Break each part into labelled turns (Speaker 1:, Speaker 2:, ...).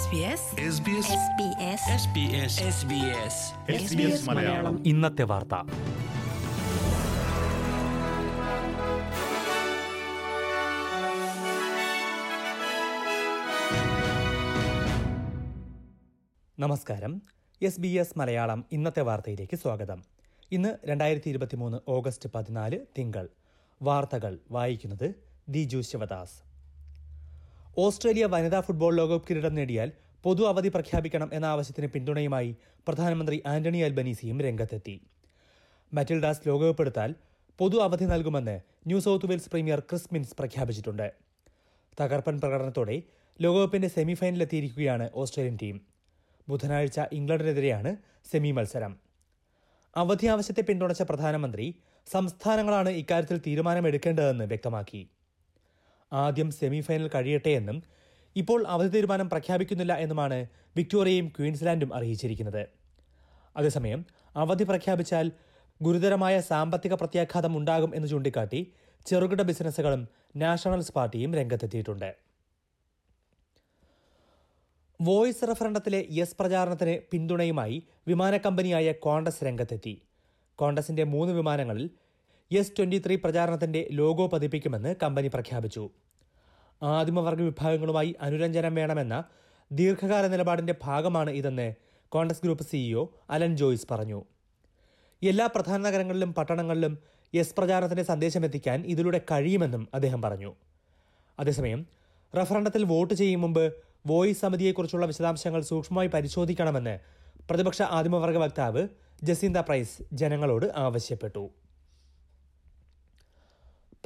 Speaker 1: SBS
Speaker 2: SBS
Speaker 3: Malayalam
Speaker 4: ഇന്നത്തെ വാർത്ത നമസ്കാരം എസ് ബി എസ് മലയാളം ഇന്നത്തെ വാർത്തയിലേക്ക് സ്വാഗതം ഇന്ന് രണ്ടായിരത്തി ഇരുപത്തി മൂന്ന് ഓഗസ്റ്റ് പതിനാല് തിങ്കൾ വാർത്തകൾ വായിക്കുന്നത് ദിജു ശിവദാസ് ഓസ്ട്രേലിയ വനിതാ ഫുട്ബോൾ ലോകകപ്പ് കിരീടം നേടിയാൽ പൊതു അവധി പ്രഖ്യാപിക്കണം എന്ന ആവശ്യത്തിന് പിന്തുണയുമായി പ്രധാനമന്ത്രി ആന്റണി അൽബനീസിയും രംഗത്തെത്തി മറ്റിൽഡാസ് ലോകകപ്പ് എടുത്താൽ പൊതു അവധി നൽകുമെന്ന് New South Wales premier Chris Minns പ്രഖ്യാപിച്ചിട്ടുണ്ട് തകർപ്പൻ പ്രകടനത്തോടെ ലോകകപ്പിന്റെ സെമിഫൈനലിലെത്തിയിരിക്കുകയാണ് ഓസ്ട്രേലിയൻ ടീം ബുധനാഴ്ച ഇംഗ്ലണ്ടിനെതിരെയാണ് സെമി മത്സരം അവധി ആവശ്യത്തെ പിന്തുണച്ച പ്രധാനമന്ത്രി സംസ്ഥാനങ്ങളാണ് ഇക്കാര്യത്തിൽ തീരുമാനമെടുക്കേണ്ടതെന്ന് വ്യക്തമാക്കി ആദ്യം സെമിഫൈനൽ കഴിയട്ടെ എന്നും ഇപ്പോൾ അവധി തീരുമാനം പ്രഖ്യാപിക്കുന്നില്ല എന്നുമാണ് വിക്ടോറിയയും ക്വീൻസ്ലാൻഡും അറിയിച്ചിരിക്കുന്നത് അതേസമയം അവധി പ്രഖ്യാപിച്ചാൽ ഗുരുതരമായ സാമ്പത്തിക പ്രത്യാഘാതം ഉണ്ടാകും എന്ന് ചൂണ്ടിക്കാട്ടി ചെറുകിട ബിസിനസ്സുകളും നാഷണൽസ് പാർട്ടിയും രംഗത്തെത്തിയിട്ടുണ്ട് വോയിസ് റഫറണ്ടത്തിലെ യെസ് പ്രചാരണത്തിന് പിന്തുണയുമായി വിമാന കമ്പനിയായ കോണ്ടസ് രംഗത്തെത്തി കോണ്ടസിന്റെ മൂന്ന് വിമാനങ്ങളിൽ യെസ് ട്വന്റി ത്രീ പ്രചാരണത്തിന്റെ ലോഗോ പതിപ്പിക്കുമെന്ന് കമ്പനി പ്രഖ്യാപിച്ചു ആദിമവർഗ വിഭാഗങ്ങളുമായി അനുരഞ്ജനം വേണമെന്ന ദീർഘകാല നിലപാടിന്റെ ഭാഗമാണ് ഇതെന്ന് Congress group CEO Alan Joyce പറഞ്ഞു എല്ലാ പ്രധാന നഗരങ്ങളിലും പട്ടണങ്ങളിലും യെസ് പ്രചാരണത്തിന്റെ സന്ദേശമെത്തിക്കാൻ ഇതിലൂടെ കഴിയുമെന്നും അദ്ദേഹം പറഞ്ഞു അതേസമയം റഫറണ്ടത്തിൽ വോട്ട് ചെയ്യും മുമ്പ് വോയിസ് സമിതിയെക്കുറിച്ചുള്ള വിശദാംശങ്ങൾ സൂക്ഷ്മമായി പരിശോധിക്കണമെന്ന് പ്രതിപക്ഷ ആദിമവർഗ വക്താവ് ജസീന്ത പ്രൈസ് ജനങ്ങളോട് ആവശ്യപ്പെട്ടു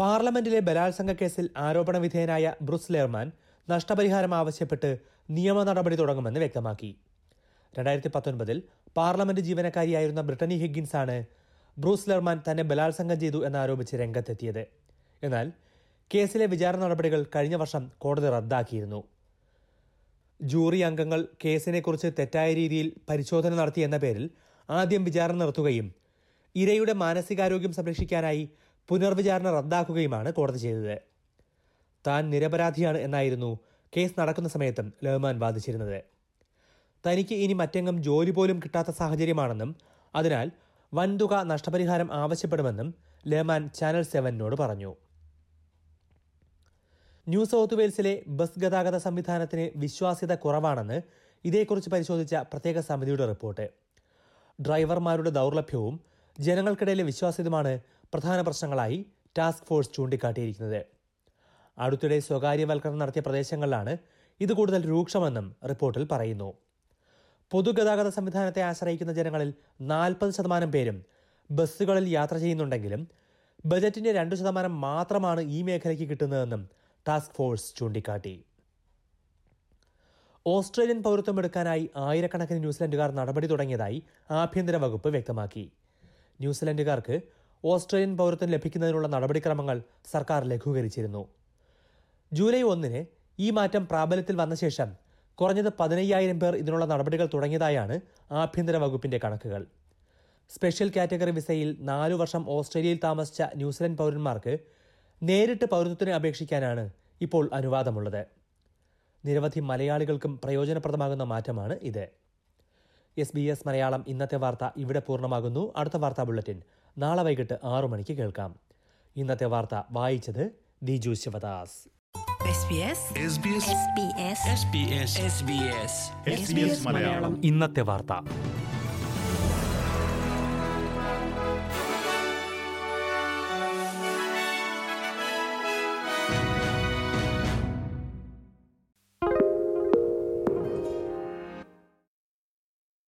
Speaker 4: പാർലമെന്റിലെ ബലാത്സംഗ കേസിൽ ആരോപണ വിധേയനായ ബ്രുസ് ലെർമാൻ നഷ്ടപരിഹാരം ആവശ്യപ്പെട്ട് നിയമ നടപടി തുടങ്ങുമെന്ന് വ്യക്തമാക്കി രണ്ടായിരത്തി പത്തൊൻപതിൽ പാർലമെന്റ് ജീവനക്കാരിയായിരുന്ന ബ്രിട്ടനി ഹിഗിൻസ് ആണ് ബ്രൂസ് ലെർമാൻ തന്നെ ബലാത്സംഗം ചെയ്തു എന്നാരോപിച്ച് രംഗത്തെത്തിയത് എന്നാൽ കേസിലെ വിചാരണ നടപടികൾ കഴിഞ്ഞ വർഷം കോടതി റദ്ദാക്കിയിരുന്നു ജൂറി അംഗങ്ങൾ കേസിനെക്കുറിച്ച് തെറ്റായ രീതിയിൽ പരിശോധന നടത്തിയെന്ന പേരിൽ ആദ്യം വിചാരണ നടത്തുകയും ഇരയുടെ മാനസികാരോഗ്യം സംരക്ഷിക്കാനായി പുനർവിചാരണ റദ്ദാക്കുകയുമാണ് കോടതി ചെയ്തത് താൻ നിരപരാധിയാണ് എന്നായിരുന്നു കേസ് നടക്കുന്ന സമയത്തും ലഹ്മാൻ വാദിച്ചിരുന്നത് തനിക്ക് ഇനി മറ്റെങ്ങും ജോലി പോലും കിട്ടാത്ത സാഹചര്യമാണെന്നും അതിനാൽ വൻതുക നഷ്ടപരിഹാരം ആവശ്യപ്പെടുമെന്നും ലഹ്മാൻ ചാനൽ സെവനിനോട് പറഞ്ഞു ന്യൂ സൗത്ത് വെയിൽസിലെ ബസ് ഗതാഗത സംവിധാനത്തിന് വിശ്വാസ്യത കുറവാണെന്ന് ഇതേക്കുറിച്ച് പരിശോധിച്ച പ്രത്യേക സമിതിയുടെ റിപ്പോർട്ട് ഡ്രൈവർമാരുടെ ദൗർലഭ്യവും ജനങ്ങൾക്കിടയിലെ വിശ്വാസ്യതയുമാണ് പ്രധാന പ്രശ്നങ്ങളായി ടാസ്ക് ഫോഴ്സ് ചൂണ്ടിക്കാട്ടിയിരിക്കുന്നത് അടുത്തിടെ സ്വകാര്യവൽക്കരണം നടത്തിയ പ്രദേശങ്ങളിലാണ് ഇത് കൂടുതൽ രൂക്ഷമെന്നും റിപ്പോർട്ടിൽ പറയുന്നു പൊതുഗതാഗത സംവിധാനത്തെ ആശ്രയിക്കുന്ന ജനങ്ങളിൽ നാൽപ്പത് ശതമാനം പേരും ബസ്സുകളിൽ യാത്ര ചെയ്യുന്നുണ്ടെങ്കിലും ബജറ്റിന്റെ രണ്ട് ശതമാനം മാത്രമാണ് ഈ മേഖലയ്ക്ക് കിട്ടുന്നതെന്നും ടാസ്ക് ഫോഴ്സ് ചൂണ്ടിക്കാട്ടി ഓസ്ട്രേലിയൻ പൗരത്വം എടുക്കാനായി ആയിരക്കണക്കിന് ന്യൂസിലൻഡുകാർ നടപടി തുടങ്ങിയതായി ആഭ്യന്തര വകുപ്പ് വ്യക്തമാക്കി ന്യൂസിലൻഡുകാർക്ക് ഓസ്ട്രേലിയൻ പൗരത്വം ലഭിക്കുന്നതിനുള്ള നടപടിക്രമങ്ങൾ സർക്കാർ ലഘൂകരിച്ചിരുന്നു ജൂലൈ ഒന്നിന് ഈ മാറ്റം പ്രാബല്യത്തിൽ വന്ന ശേഷം കുറഞ്ഞത് പതിനയ്യായിരം പേർ ഇതിനുള്ള നടപടികൾ തുടങ്ങിയതായാണ് ആഭ്യന്തര വകുപ്പിന്റെ കണക്കുകൾ സ്പെഷ്യൽ കാറ്റഗറി വിസയിൽ നാലു വർഷം ഓസ്ട്രേലിയയിൽ താമസിച്ച ന്യൂസിലൻഡ് പൗരന്മാർക്ക് നേരിട്ട് പൗരത്വത്തിന് അപേക്ഷിക്കാനാണ് ഇപ്പോൾ അനുവാദമുള്ളത് നിരവധി മലയാളികൾക്കും പ്രയോജനപ്രദമാകുന്ന മാറ്റമാണ് ഇത് എസ് ബി എസ് മലയാളം ഇന്നത്തെ വാർത്ത ഇവിടെ പൂർണ്ണമാകുന്നു അടുത്ത വാർത്താ ബുള്ളറ്റിൻ നാളെ വൈകിട്ട് ആറു മണിക്ക് കേൾക്കാം ഇന്നത്തെ വാർത്ത വായിച്ചത് ദിജു ശിവദാസ്
Speaker 1: SBS
Speaker 2: SBS
Speaker 3: മലയാളം
Speaker 4: ഇന്നത്തെ വാർത്ത